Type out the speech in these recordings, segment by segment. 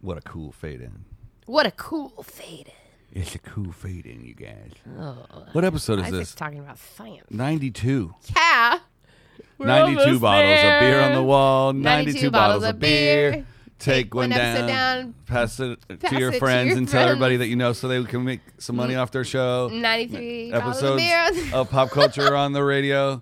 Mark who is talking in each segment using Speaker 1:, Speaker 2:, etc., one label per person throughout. Speaker 1: What a cool fade in.
Speaker 2: What a cool fade in.
Speaker 1: It's a cool fade in, you guys.
Speaker 2: Oh,
Speaker 1: What episode is
Speaker 2: Isaac's
Speaker 1: this?
Speaker 2: talking about science.
Speaker 1: 92.
Speaker 2: Yeah. We're
Speaker 1: 92
Speaker 2: almost
Speaker 1: bottles
Speaker 2: there.
Speaker 1: of beer on the wall.
Speaker 2: 92
Speaker 1: 92,
Speaker 2: bottles
Speaker 1: bottles
Speaker 2: of
Speaker 1: of beer.
Speaker 2: beer.
Speaker 1: Take one,
Speaker 2: one
Speaker 1: down,
Speaker 2: episode down.
Speaker 1: Pass it
Speaker 2: Pass
Speaker 1: to your
Speaker 2: it to
Speaker 1: friends
Speaker 2: your
Speaker 1: and tell
Speaker 2: friends.
Speaker 1: everybody that you know so they can make some money off their show.
Speaker 2: 93 bottles of
Speaker 1: Episodes Uh,
Speaker 2: beer. on the-
Speaker 1: of pop culture on the radio.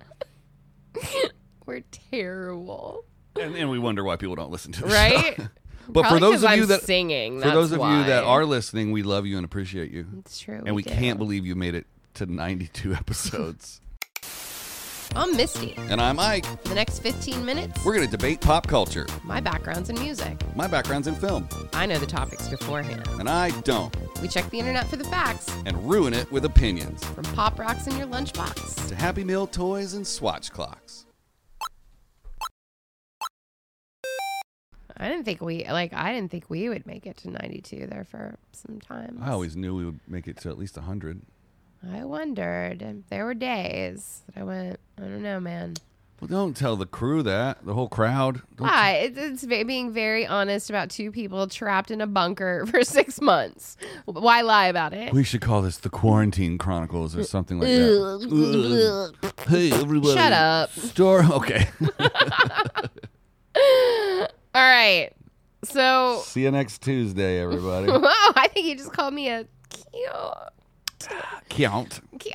Speaker 2: We're terrible.
Speaker 1: And, and we wonder why people don't listen to the
Speaker 2: Right?
Speaker 1: show. But for
Speaker 2: Probably
Speaker 1: those
Speaker 2: 'cause
Speaker 1: of you
Speaker 2: I'm
Speaker 1: that
Speaker 2: singing,
Speaker 1: for those
Speaker 2: that's
Speaker 1: of you that
Speaker 2: why.
Speaker 1: are listening, we love you and appreciate you.
Speaker 2: It's true,
Speaker 1: And we
Speaker 2: we do.
Speaker 1: can't believe you made it to 92 episodes.
Speaker 2: I'm Misty.
Speaker 1: and I'm Ike.
Speaker 2: For the next 15 minutes,
Speaker 1: We're going to debate pop culture.
Speaker 2: my background's in music.
Speaker 1: My background's in film,
Speaker 2: I know the topics beforehand.
Speaker 1: and I don't.
Speaker 2: We check the internet for the facts
Speaker 1: And ruin it with opinions.
Speaker 2: from pop rocks in your lunchbox.
Speaker 1: To Happy Meal toys and swatch clocks.
Speaker 2: I didn't think we like I didn't think we would make it to 92 there for some time.
Speaker 1: I always knew we would make it to at least 100.
Speaker 2: I wondered. There were days that I went, I don't know, man.
Speaker 1: Well, don't tell the crew that. The whole crowd. Don't
Speaker 2: Why? It's, it's ve- being very honest about two people trapped in a bunker for six months. Why lie about it?
Speaker 1: We should call this the Quarantine Chronicles or something like that.
Speaker 2: Ugh.
Speaker 1: hey, everybody.
Speaker 2: Shut up.
Speaker 1: Store. Okay.
Speaker 2: All right. So,
Speaker 1: See you next Tuesday, everybody.
Speaker 2: oh, I think you just called me a cute,
Speaker 1: Count.
Speaker 2: cute.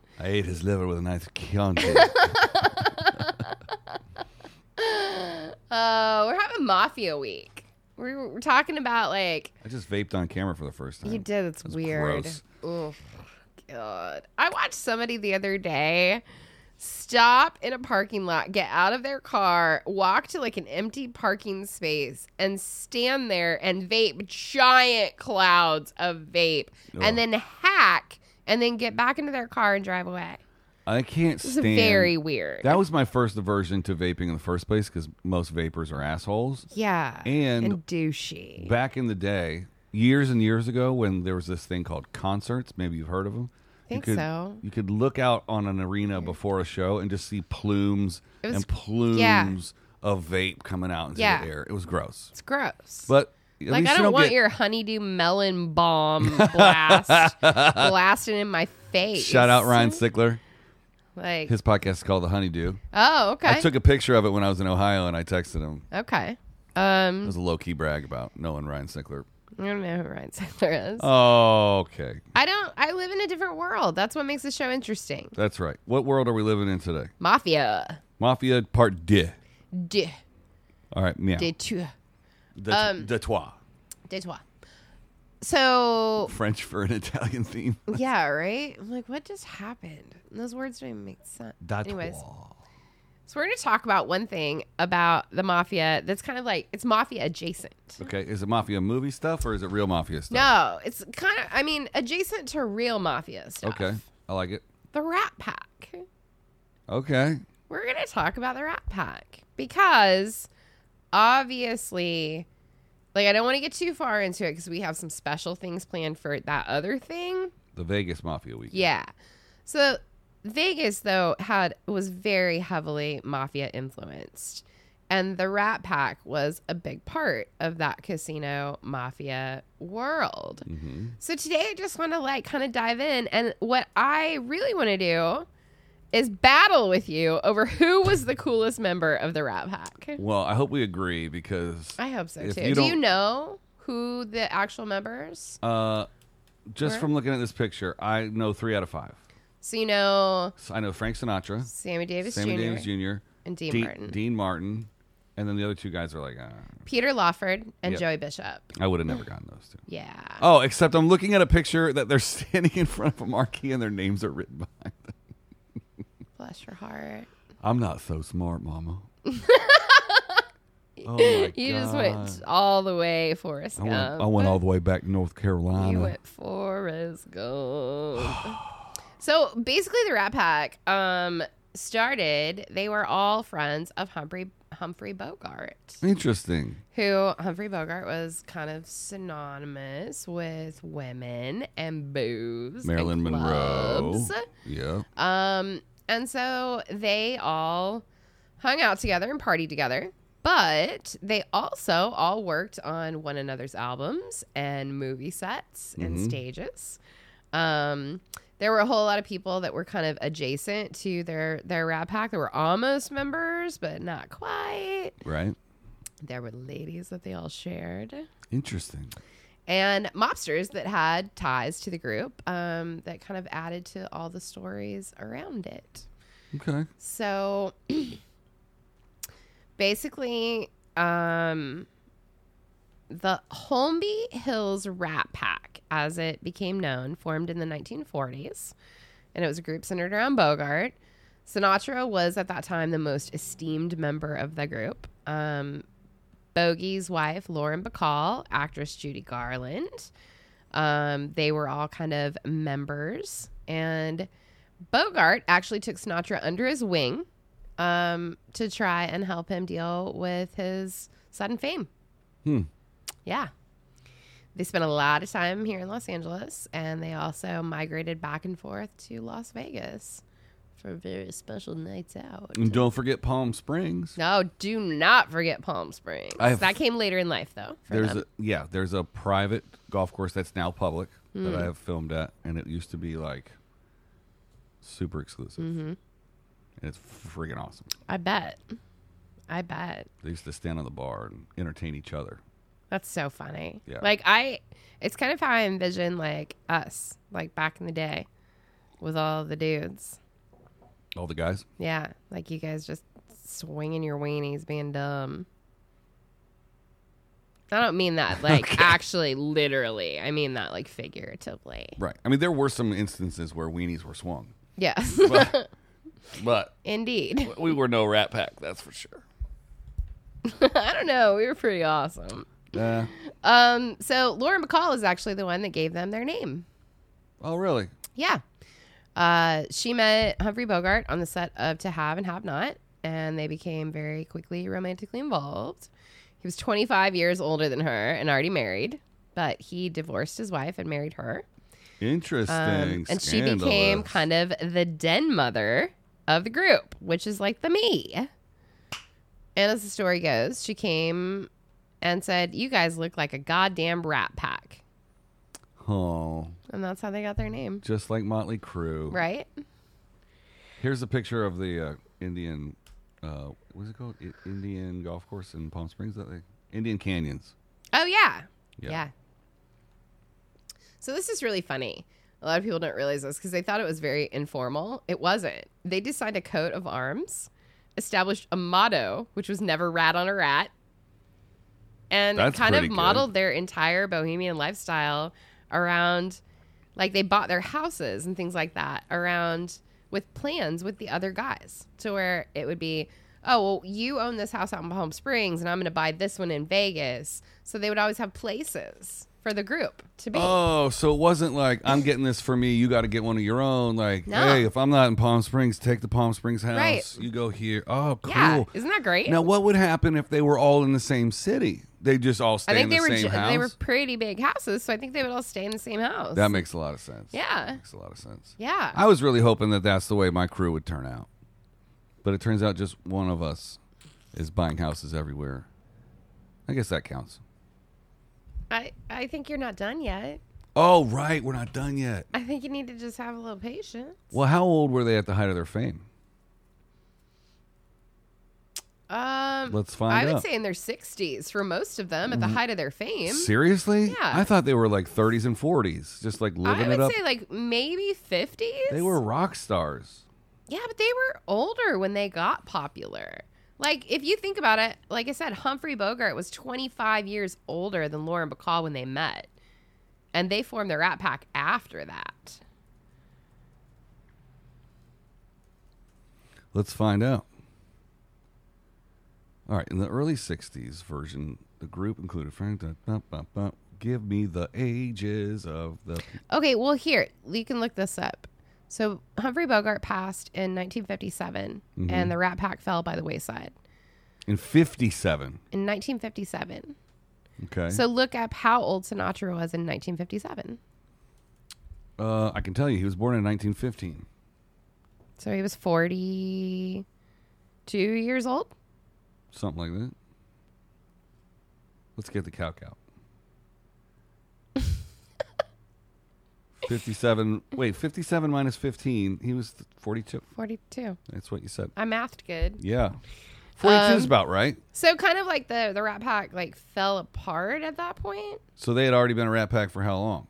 Speaker 1: I ate his liver with a nice count.
Speaker 2: Uh, we're having Mafia Week. We're, we're talking about like
Speaker 1: I just vaped on camera for the first time.
Speaker 2: you did. It's weird.
Speaker 1: gross.
Speaker 2: Ugh, God, I watched somebody the other day stop in a parking lot, get out of their car, walk to like an empty parking space, and stand there and vape giant clouds of vape,
Speaker 1: Ugh.
Speaker 2: and then hack, and then get back into their car and drive away.
Speaker 1: I can't
Speaker 2: It's
Speaker 1: stand.
Speaker 2: very weird.
Speaker 1: That was my first aversion to vaping in the first place because most vapors are assholes.
Speaker 2: yeah,
Speaker 1: and-
Speaker 2: and douchey.
Speaker 1: Back in the day, years and years ago, when there was this thing called concerts, maybe you've heard of them.
Speaker 2: Think
Speaker 1: you could,
Speaker 2: so.
Speaker 1: You could look out on an arena before a show and just see plumes
Speaker 2: was-
Speaker 1: and plumes of vape coming out into
Speaker 2: Yeah.
Speaker 1: the air. It was gross.
Speaker 2: it's gross.
Speaker 1: But at least
Speaker 2: Like I
Speaker 1: you
Speaker 2: don't,
Speaker 1: don't
Speaker 2: want
Speaker 1: get,
Speaker 2: your honeydew melon bomb blast blasting in my face.
Speaker 1: shout out Ryan Sickler.
Speaker 2: Like
Speaker 1: His podcast is called The Honeydew.
Speaker 2: oh okay
Speaker 1: I took a picture of it when I was in Ohio and I texted him.
Speaker 2: okay.
Speaker 1: It
Speaker 2: Um,
Speaker 1: was a low key brag about knowing Ryan Sickler.
Speaker 2: I don't know who Ryan Sandler is.
Speaker 1: Oh, okay.
Speaker 2: I don't. I live in a different world. That's what makes the show interesting.
Speaker 1: That's right. What world are we living in today?
Speaker 2: Mafia
Speaker 1: Mafia part deux.
Speaker 2: de
Speaker 1: All right, meow.
Speaker 2: de tu
Speaker 1: De,
Speaker 2: um,
Speaker 1: de trois.
Speaker 2: de toi. So
Speaker 1: French for an Italian theme.
Speaker 2: yeah, right. I'm like, what just happened? Those words don't even make sense.
Speaker 1: Da
Speaker 2: Anyways,
Speaker 1: trois.
Speaker 2: so we're gonna talk about one thing about the mafia that's kind of like it's mafia adjacent.
Speaker 1: Okay, is it mafia movie stuff or is it real mafia stuff?
Speaker 2: No, it's kind of, I mean, adjacent to real mafia stuff.
Speaker 1: Okay, I like it.
Speaker 2: The Rat Pack.
Speaker 1: Okay,
Speaker 2: We're going to talk about the Rat Pack because obviously, like, I don't want to get too far into it because we have some special things planned for that other thing.
Speaker 1: the Vegas mafia week.
Speaker 2: Yeah. So Vegas though had was very heavily mafia influenced. And the Rat Pack was a big part of that casino mafia world.
Speaker 1: Mm-hmm.
Speaker 2: So today I just want to like kind of dive in and what I really want to do is battle with you over who was the coolest member of the Rat Pack.
Speaker 1: Well, I hope we agree because
Speaker 2: I hope so
Speaker 1: If
Speaker 2: too.
Speaker 1: you
Speaker 2: do you
Speaker 1: don't-
Speaker 2: know who the actual members?
Speaker 1: uh, just
Speaker 2: Where?
Speaker 1: from looking at this picture, I know three out of five.
Speaker 2: So you know
Speaker 1: So I know Frank Sinatra,
Speaker 2: Sammy Davis
Speaker 1: Sammy
Speaker 2: Jr.
Speaker 1: Davis Jr.,
Speaker 2: and Dean Martin.
Speaker 1: Dean Martin, and then the other two guys are like, uh,
Speaker 2: Peter Lawford and
Speaker 1: Yep.
Speaker 2: Joey Bishop.
Speaker 1: I would have never gotten those two.
Speaker 2: Yeah.
Speaker 1: Oh, except I'm looking at a picture that they're standing in front of a marquee and their names are written behind them.
Speaker 2: Bless your heart.
Speaker 1: I'm not so smart, Mama. oh my
Speaker 2: You just
Speaker 1: God.
Speaker 2: went all the way um, Forrest
Speaker 1: I went,
Speaker 2: Gump.
Speaker 1: I went all the way back to North Carolina.
Speaker 2: You went Forrest Gump. so basically, the Rat Pack um, started. They were all friends of Humphrey Humphrey Bogart,
Speaker 1: Interesting.
Speaker 2: who Humphrey Bogart was kind of synonymous with women and booze, and
Speaker 1: Marilyn Monroe.
Speaker 2: clubs.
Speaker 1: Yeah.
Speaker 2: Um, and so they all hung out together and partied together. But they also all worked on one another's albums and movie sets and
Speaker 1: Mhm.
Speaker 2: stages. Um, there were a whole lot of people that were kind of adjacent to their their Rat Pack. They were almost members, but not quite.
Speaker 1: Right.
Speaker 2: There were ladies that they all shared,
Speaker 1: Interesting.
Speaker 2: and mobsters that had ties to the group um, that kind of added to all the stories around it.
Speaker 1: Okay.
Speaker 2: So basically, um, the Holmby Hills Rat Pack, as it became known, formed in the 1940s, and it was a group centered around Bogart. Sinatra was at that time the most esteemed member of the group. Um, Bogey's wife, Lauren Bacall, actress Judy Garland. Um, they were all kind of members. And Bogart actually took Sinatra under his wing um, to try and help him deal with his sudden fame.
Speaker 1: Hmm.
Speaker 2: Yeah. They spent a lot of time here in Los Angeles and they also migrated back and forth to Las Vegas for very special nights out.
Speaker 1: And don't forget Palm Springs.
Speaker 2: No, do not forget Palm Springs.
Speaker 1: I have-
Speaker 2: that came later in life, though. for
Speaker 1: There's
Speaker 2: them.
Speaker 1: a yeah, there's a private golf course that's now public that
Speaker 2: Hmm.
Speaker 1: I have filmed at, and it used to be like super exclusive,
Speaker 2: Mm-hmm.
Speaker 1: and it's freaking awesome.
Speaker 2: I bet. I bet.
Speaker 1: They used to stand on the bar and entertain each other.
Speaker 2: That's so funny.
Speaker 1: Yeah.
Speaker 2: Like I, it's kind of how I envision like us, like back in the day, with all the dudes.
Speaker 1: All the guys,
Speaker 2: Yeah, like you guys just swinging your weenies, being dumb. I don't mean that like actually, literally. I mean that like figuratively.
Speaker 1: right? I mean, there were some instances where weenies were swung,
Speaker 2: Yes,
Speaker 1: but, but
Speaker 2: indeed.
Speaker 1: we were no Rat Pack, that's for sure.
Speaker 2: I don't know. We were pretty awesome.
Speaker 1: Uh,
Speaker 2: Um, so Lauren McCall is actually the one that gave them their name.
Speaker 1: oh, really?
Speaker 2: Yeah. Uh, she met Humphrey Bogart on the set of To Have and Have Not, and they became very quickly romantically involved. He was 25 years older than her and already married, but he divorced his wife and married her.
Speaker 1: Interesting.
Speaker 2: Um, and she became
Speaker 1: Scandalous.
Speaker 2: kind of the den mother of the group, which is like the me. And as the story goes, she came and said, You guys look like a goddamn rat pack.
Speaker 1: oh,
Speaker 2: And that's how they got their name,
Speaker 1: just like Motley Crue.
Speaker 2: right?
Speaker 1: Here's a picture of the uh, Indian, uh, what's it called? I- Indian golf course in Palm Springs, that thing? Indian Canyons.
Speaker 2: Oh yeah.
Speaker 1: Yeah.
Speaker 2: yeah. So this is really funny. A lot of people don't realize this because they thought it was very informal. It wasn't. They designed a coat of arms, established a motto, which was never rat on a rat, and
Speaker 1: That's
Speaker 2: kind of
Speaker 1: pretty good.
Speaker 2: modeled their entire bohemian lifestyle around like they bought their houses and things like that around with plans with the other guys to where it would be oh well you own this house out in palm springs and i'm going to buy this one in vegas so they would always have places for the group to be
Speaker 1: Oh, so it wasn't like I'm getting this for me. You got to get one of your own. Like,
Speaker 2: No.
Speaker 1: hey, if I'm not in Palm Springs, take the Palm Springs house.
Speaker 2: Right.
Speaker 1: You go here. Oh, cool.
Speaker 2: yeah isn't that great
Speaker 1: Now, what would happen if they were all in the same city? They just all stay
Speaker 2: i think
Speaker 1: in
Speaker 2: they
Speaker 1: the
Speaker 2: were
Speaker 1: same
Speaker 2: ju-
Speaker 1: house.
Speaker 2: they were pretty big houses so i think they would all stay in the same house
Speaker 1: that makes a lot of sense.
Speaker 2: Yeah.
Speaker 1: makes a lot of sense.
Speaker 2: yeah
Speaker 1: I was really hoping that that's the way my crew would turn out, but it turns out just one of us is buying houses everywhere. I guess that counts.
Speaker 2: I, I think you're not done yet
Speaker 1: Oh, right, we're not done yet.
Speaker 2: i think you need to just have a little patience
Speaker 1: Well, how old were they at the height of their fame?
Speaker 2: um
Speaker 1: Let's find
Speaker 2: i would
Speaker 1: out. Mm-hmm.
Speaker 2: say in their 60s for most of them at the height of their fame
Speaker 1: Seriously?
Speaker 2: Mm-hmm. Yeah.
Speaker 1: I thought they were like 30s and 40s, just like living
Speaker 2: I would
Speaker 1: it up.
Speaker 2: say like maybe 50s.
Speaker 1: they were rock stars.
Speaker 2: Yeah, but they were older when they got popular. Like if you think about it, like I said, Humphrey Bogart was 25 years older than Lauren Bacall when they met, and they formed the Rat Pack after that.
Speaker 1: Let's find out. All right, in the early 60s version, the group included Frank. da- da- da- da- Give me the ages of the.
Speaker 2: Okay, well here you can look this up. So Humphrey Bogart passed in 1957,
Speaker 1: Mm-hmm.
Speaker 2: and the Rat Pack fell by the wayside
Speaker 1: In 57.
Speaker 2: in 1957.
Speaker 1: Okay.
Speaker 2: So look up how old Sinatra was in 1957.
Speaker 1: uh, I can tell you, he was born in 1915.
Speaker 2: So he was 42 years old.
Speaker 1: Something like that. Let's get the cow cow. 57. Wait, 57 minus 15. He was 42.
Speaker 2: 42.
Speaker 1: That's what you said.
Speaker 2: I mathed good.
Speaker 1: Yeah. 42 is
Speaker 2: Um,
Speaker 1: about right.
Speaker 2: So kind of like the the Rat Pack like fell apart at that point.
Speaker 1: So they had already been a rat pack for how long?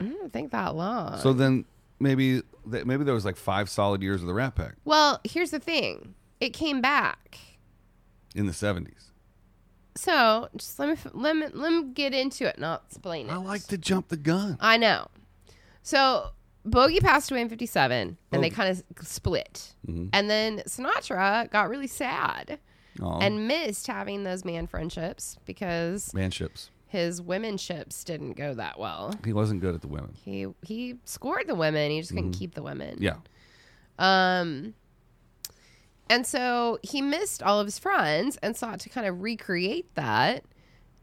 Speaker 2: I don't think that long.
Speaker 1: So then maybe th- maybe there was like five solid years of the rat pack
Speaker 2: well, here's the thing. It came back.
Speaker 1: in the 70s.
Speaker 2: So just let me f- let me, let me get into it, not explain it.
Speaker 1: I like to jump the gun.
Speaker 2: I know. So Bogey passed away in 57 and they
Speaker 1: Bogey.
Speaker 2: kind of split.
Speaker 1: Mhm.
Speaker 2: And then Sinatra got really sad
Speaker 1: Aw,
Speaker 2: and missed having those man friendships because
Speaker 1: manships.
Speaker 2: his womenships didn't go that well.
Speaker 1: He wasn't good at the women.
Speaker 2: He he scored the women, he just couldn't keep the women.
Speaker 1: Mm-hmm. Yeah.
Speaker 2: Um and so he missed all of his friends and sought to kind of recreate that.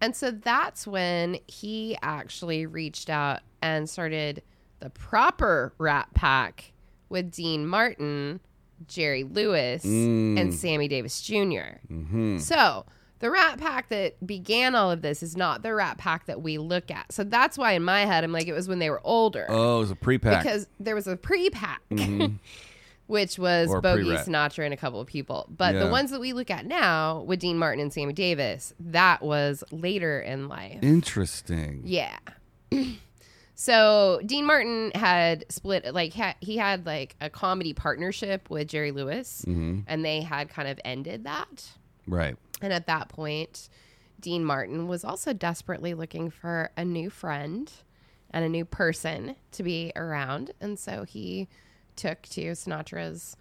Speaker 2: And so that's when he actually reached out and started the proper Rat Pack with Dean Martin, Jerry Lewis,
Speaker 1: Mm.
Speaker 2: and Sammy Davis Jr.
Speaker 1: Mm-hmm.
Speaker 2: So the Rat Pack that began all of this is not the Rat Pack that we look at. So that's why in my head I'm like it was when they were older
Speaker 1: Oh, it was a pre-pack. Mm-hmm.
Speaker 2: because there was a pre-pack, which was
Speaker 1: Or
Speaker 2: Bogey,
Speaker 1: pre-rat.
Speaker 2: Sinatra, and a couple of people. But the
Speaker 1: Yeah.
Speaker 2: ones that we look at now with Dean Martin and Sammy Davis, that was later in life.
Speaker 1: Interesting.
Speaker 2: Yeah. so Dean Martin had split, like ha- he had like a comedy partnership with Jerry Lewis,
Speaker 1: Mm-hmm.
Speaker 2: and they had kind of ended that.
Speaker 1: Right.
Speaker 2: And at that point, Dean Martin was also desperately looking for a new friend and a new person to be around. And so he took to Sinatra's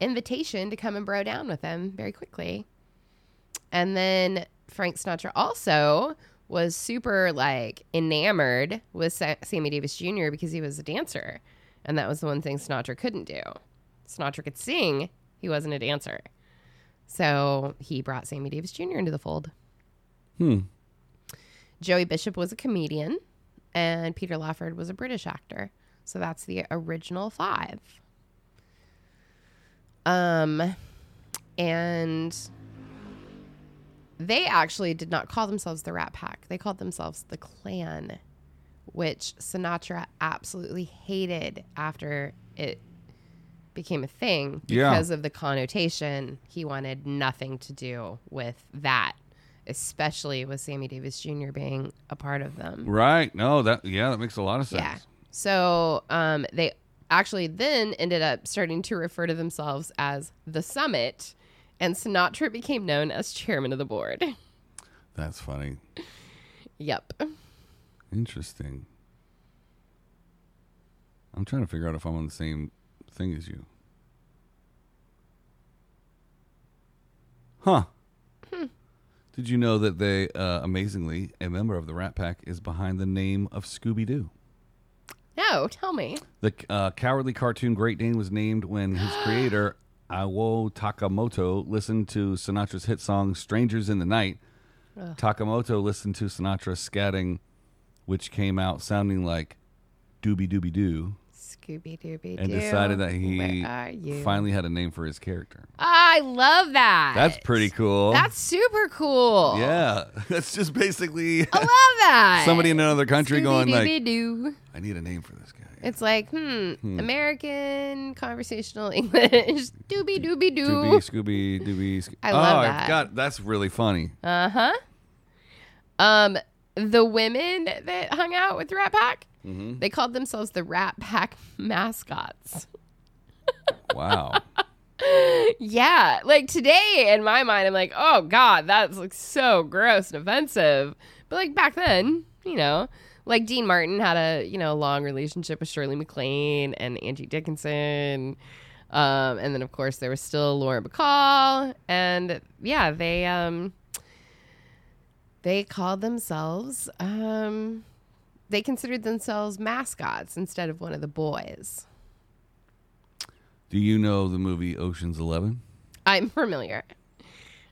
Speaker 2: invitation to come and bro down with him very quickly. And then Frank Sinatra also was super like enamored with Sa- Sammy Davis Jr. because he was a dancer. And that was the one thing Sinatra couldn't do. Sinatra could sing, he wasn't a dancer. So he brought Sammy Davis Jr. into the fold.
Speaker 1: Hmm.
Speaker 2: Joey Bishop was a comedian, and Peter Lawford was a British actor. So that's the original five. Um, and they actually did not call themselves the Rat Pack. They called themselves the Clan, which Sinatra absolutely hated after it became a thing
Speaker 1: Yeah.
Speaker 2: because of the connotation. He wanted nothing to do with that, especially with Sammy Davis Jr. being a part of them.
Speaker 1: Right. No, that yeah, that makes a lot of sense.
Speaker 2: Yeah. So um, they actually then ended up starting to refer to themselves as the Summit, and Sinatra became known as chairman of the board.
Speaker 1: That's funny.
Speaker 2: yep.
Speaker 1: Interesting. I'm trying to figure out if I'm on the same thing as you. Huh. Did you know that they, uh, amazingly, a member of the Rat Pack is behind the name of Scooby Doo?
Speaker 2: No, tell me.
Speaker 1: The uh, cowardly cartoon Great Dane was named when his creator, Iwo Takamoto, listened to Sinatra's hit song Strangers in the Night. Takamoto listened to Sinatra scatting, which came out sounding like Doobie Doobie Doo,
Speaker 2: Scooby Dooby Doo.
Speaker 1: and decided that he
Speaker 2: Where are you?
Speaker 1: finally had a name for his character.
Speaker 2: I love that.
Speaker 1: That's pretty cool.
Speaker 2: That's super cool.
Speaker 1: yeah. That's just basically
Speaker 2: I love that.
Speaker 1: somebody in another country going like,
Speaker 2: Scooby-Dooby-Doo.
Speaker 1: "I need a name for this guy."
Speaker 2: It's like, hmm, American conversational English. Doobie doobie doo.
Speaker 1: Doobie Scooby Doobie. Sco-
Speaker 2: I love
Speaker 1: oh,
Speaker 2: that.
Speaker 1: God, that's really funny.
Speaker 2: Uh huh. Um, the women that hung out with the Rat Pack, they called themselves the Rat Pack mascots.
Speaker 1: Wow.
Speaker 2: yeah, like today in my mind, I'm like, oh god, that's like so gross and offensive. But like back then, you know, like Dean Martin had a you know long relationship with Shirley MacLaine and Angie Dickinson. Um, and then of course there was still Lauren Bacall, and yeah, they um, they called themselves um, they considered themselves mascots instead of one of the boys.
Speaker 1: Do you know the movie Ocean's Eleven?
Speaker 2: I'm familiar.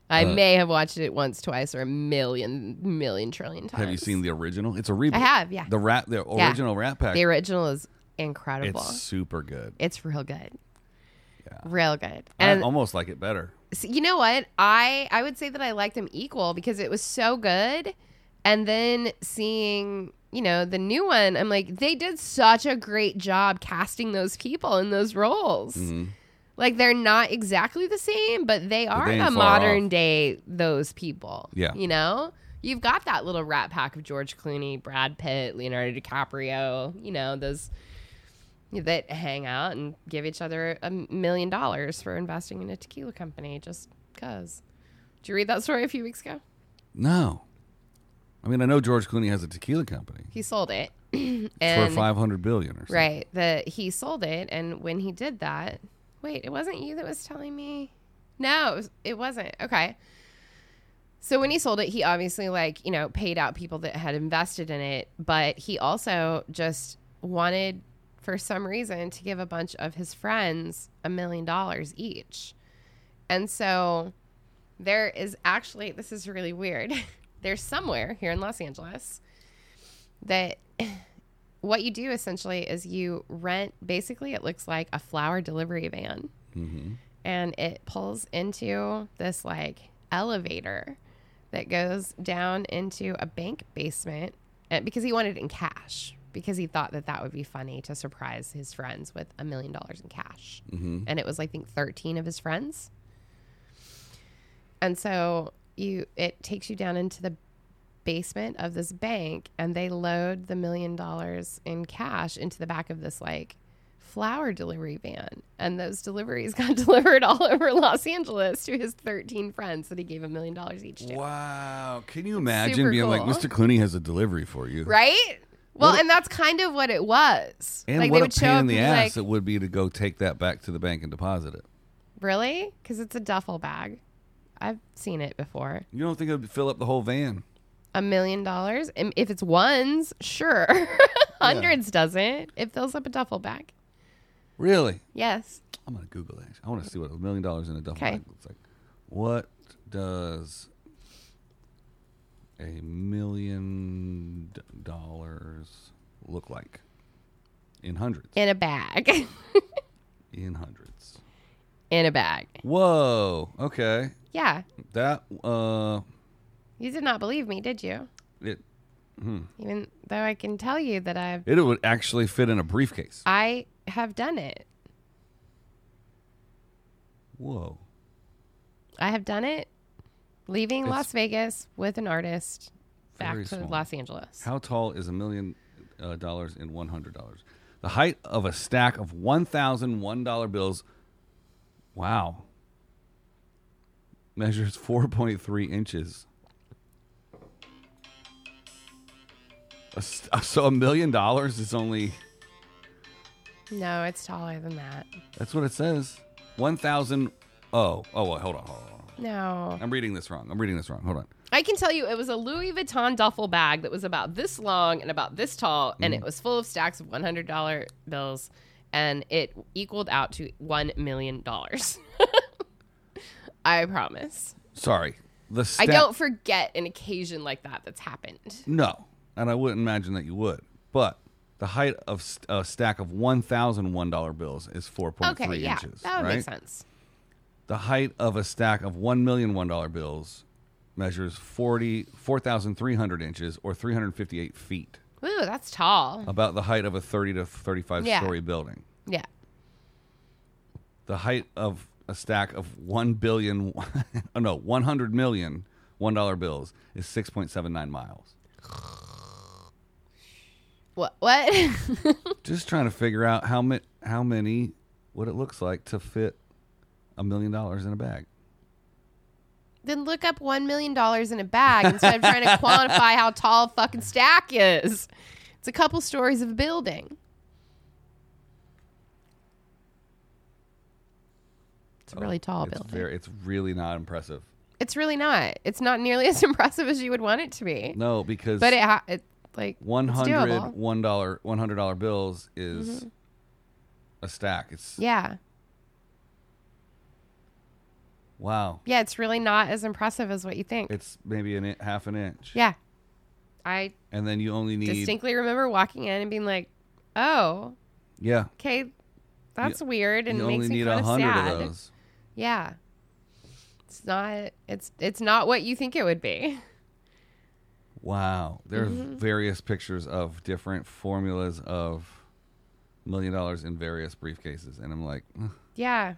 Speaker 2: I
Speaker 1: Uh,
Speaker 2: may have watched it once, twice, or a million, million trillion times.
Speaker 1: Have you seen the original? It's a reboot.
Speaker 2: I have, yeah.
Speaker 1: The rat, the
Speaker 2: Yeah.
Speaker 1: original Rat Pack.
Speaker 2: The original is incredible.
Speaker 1: it's
Speaker 2: It's,
Speaker 1: super good.
Speaker 2: real good.
Speaker 1: Yeah.
Speaker 2: Real good.
Speaker 1: I
Speaker 2: And
Speaker 1: almost like it better.
Speaker 2: So, you know what? I I would say that I liked them equal because it was so good, and then seeing you know the new one, I'm like they did such a great job casting those people in those roles.
Speaker 1: Mhm.
Speaker 2: Like they're not exactly the same, but they are
Speaker 1: they ain't
Speaker 2: the
Speaker 1: far
Speaker 2: modern
Speaker 1: off.
Speaker 2: day those people.
Speaker 1: Yeah.
Speaker 2: You know? You've got that little rat pack of George Clooney, Brad Pitt, Leonardo DiCaprio, you know, those that hang out and give each other a million dollars for investing in a tequila company just cuz. Did you read that story a few weeks ago?
Speaker 1: No. I mean, I know George Clooney has a tequila company
Speaker 2: He sold it.
Speaker 1: for
Speaker 2: and
Speaker 1: 500 billion or something.
Speaker 2: right, that he sold it and when he did that, wait, it wasn't you that was telling me? No, it, was, it wasn't. Okay. So when he sold it, he obviously like, you know, paid out people that had invested in it, but he also just wanted for some reason to give a bunch of his friends a million dollars each. And so there is actually this is really weird. There's somewhere here in Los Angeles that what you do essentially is you rent basically it looks like a flower delivery van
Speaker 1: Mhm.
Speaker 2: and it pulls into this like elevator that goes down into a bank basement and, because he wanted it in cash because he thought that that would be funny to surprise his friends with a million dollars in cash
Speaker 1: Mhm.
Speaker 2: and it was I think 13 of his friends. And so you it takes you down into the basement of this bank and they load the million dollars in cash into the back of this like flower delivery van and those deliveries got delivered all over Los Angeles to his 13 friends that he gave a million dollars each to.
Speaker 1: Wow. Can you imagine
Speaker 2: super
Speaker 1: being like,
Speaker 2: cool.
Speaker 1: Mr. Clooney has a delivery for you?
Speaker 2: Right? Well,
Speaker 1: What a-
Speaker 2: and that's kind of what it was.
Speaker 1: And
Speaker 2: like
Speaker 1: what
Speaker 2: they
Speaker 1: a
Speaker 2: would show
Speaker 1: pain
Speaker 2: up
Speaker 1: in the
Speaker 2: and be
Speaker 1: ass
Speaker 2: like,
Speaker 1: it would be to go take that back to the bank and deposit it.
Speaker 2: really? Cuz it's a duffel bag. I've seen it before.
Speaker 1: You don't think it would fill up the whole van?
Speaker 2: a million dollars and if it's ones sure hundreds doesn't it fills up a duffel bag
Speaker 1: Really?
Speaker 2: yes
Speaker 1: I'm gonna Google that. I want to see what a million dollars in a duffel
Speaker 2: Okay.
Speaker 1: bag looks like. What does a million d- dollars look like in hundreds?
Speaker 2: in a bag
Speaker 1: In hundreds.
Speaker 2: in a bag
Speaker 1: Whoa. Okay.
Speaker 2: yeah
Speaker 1: That. Uh.
Speaker 2: you did not believe me did you
Speaker 1: It.
Speaker 2: even though i can tell you that i've
Speaker 1: It would actually fit in a briefcase.
Speaker 2: i have done it
Speaker 1: Whoa.
Speaker 2: i have done it leaving
Speaker 1: It's-
Speaker 2: las vegas with an artist back
Speaker 1: Very
Speaker 2: to
Speaker 1: small.
Speaker 2: los angeles
Speaker 1: How tall is a million uh, dollars in one hundred dollars? The height of a stack of one thousand one dollar bills. Wow. Measures four point three inches. A s- So a million dollars is only.
Speaker 2: no it's taller than that
Speaker 1: That's what it says. One thousand. Oh, oh, well, hold on, hold on, hold on.
Speaker 2: no
Speaker 1: I'm reading this wrong. I'm reading this wrong. Hold on.
Speaker 2: I can tell you it was a Louis Vuitton duffel bag that was about this long and about this tall, and it
Speaker 1: Mm.
Speaker 2: was full of stacks of $100 bills, and it equaled out to $1 million. I promise.
Speaker 1: Sorry. The
Speaker 2: I
Speaker 1: stack.
Speaker 2: don't forget an occasion like that that's happened.
Speaker 1: No, and I wouldn't imagine that you would. But the height of st- a stack of one thousand one dollar bills is four point
Speaker 2: Okay,
Speaker 1: three
Speaker 2: yeah,
Speaker 1: inches.
Speaker 2: that would
Speaker 1: right?
Speaker 2: make sense.
Speaker 1: The height of a stack of one million one dollar bills measures 40 4,300 inches or three hundred fifty eight feet,
Speaker 2: Ooh, that's tall.
Speaker 1: about the height of a thirty to thirty five
Speaker 2: Yeah.
Speaker 1: story building.
Speaker 2: Yeah.
Speaker 1: The height of a stack of one billion, oh no, one hundred million one dollar bills is six point seven nine miles.
Speaker 2: What? What?
Speaker 1: Just trying to figure out how many, how many, what it looks like to fit a million dollars in a bag.
Speaker 2: then look up $1 million in a bag instead of trying to quantify how tall a fucking stack is. It's a couple stories of a building. It's a really tall
Speaker 1: Oh, It's
Speaker 2: building.
Speaker 1: very, it's really not impressive.
Speaker 2: it's really not. It's not nearly as impressive as you would want it to be.
Speaker 1: No, because
Speaker 2: But it, ha- it like
Speaker 1: one
Speaker 2: it's
Speaker 1: hundred
Speaker 2: doable. Mm-hmm.
Speaker 1: one dollar one hundred dollar bills is a stack. It's
Speaker 2: Yeah.
Speaker 1: wow.
Speaker 2: Yeah, it's really not as impressive as what you think.
Speaker 1: It's maybe an in, half an inch.
Speaker 2: yeah. I
Speaker 1: and then you only need
Speaker 2: distinctly remember walking in and being like, "Oh,
Speaker 1: yeah.
Speaker 2: okay, that's weird and
Speaker 1: you
Speaker 2: makes
Speaker 1: only
Speaker 2: me
Speaker 1: need
Speaker 2: kind
Speaker 1: a
Speaker 2: of
Speaker 1: hundred
Speaker 2: sad."
Speaker 1: of those.
Speaker 2: Yeah. It's not it's it's not what you think it would be.
Speaker 1: Wow. There are
Speaker 2: Mm-hmm.
Speaker 1: various pictures of different formulas of million dollars in various briefcases. And I'm like, "Ugh,
Speaker 2: Yeah.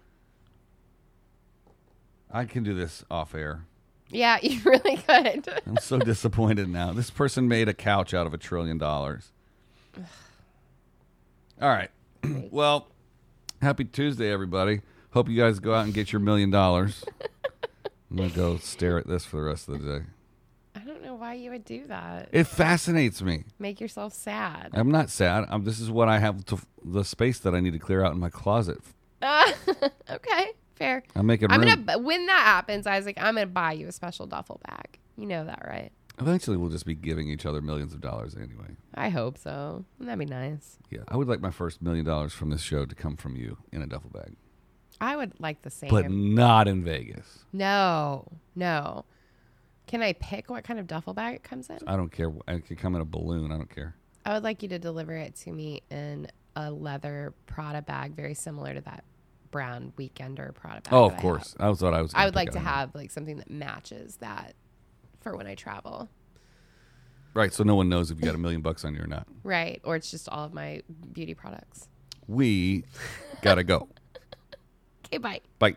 Speaker 1: I can do this off air.
Speaker 2: Yeah, you really could.
Speaker 1: I'm so disappointed now. This person made a couch out of a trillion dollars. All right. well, happy Tuesday, everybody. Hope you guys go out and get your million dollars. I'm going to go stare at this for the rest of the day.
Speaker 2: I don't know why you would do that.
Speaker 1: It fascinates me.
Speaker 2: Make yourself sad.
Speaker 1: I'm not sad. i this is what I have to, the space that I need to clear out in my closet.
Speaker 2: okay, fair.
Speaker 1: I'm making
Speaker 2: I'm
Speaker 1: room.
Speaker 2: gonna bu- when that happens, Isaac. I'm gonna buy you a special duffel bag. You know that, right?
Speaker 1: Eventually, we'll just be giving each other millions of dollars anyway.
Speaker 2: I hope so. That'd be nice.
Speaker 1: Yeah, I would like my first million dollars from this show to come from you in a duffel bag,
Speaker 2: I would like the same.
Speaker 1: but not in Vegas.
Speaker 2: no, no. Can I pick what kind of duffel bag it comes in?
Speaker 1: I don't care. I could come in a balloon. I don't care.
Speaker 2: I would like you to deliver it to me in a leather Prada bag, very similar to that brown Weekender Prada bag.
Speaker 1: Oh, of
Speaker 2: that I
Speaker 1: course. I was thought I was.
Speaker 2: have. I
Speaker 1: gonna
Speaker 2: would
Speaker 1: pick
Speaker 2: like
Speaker 1: out
Speaker 2: to
Speaker 1: another.
Speaker 2: have like something that matches that for when I travel,
Speaker 1: Right, so no one knows if you got a million bucks on you or not.
Speaker 2: right? Or it's just all of my beauty products.
Speaker 1: We gotta go.
Speaker 2: Okay, bye.
Speaker 1: Bye.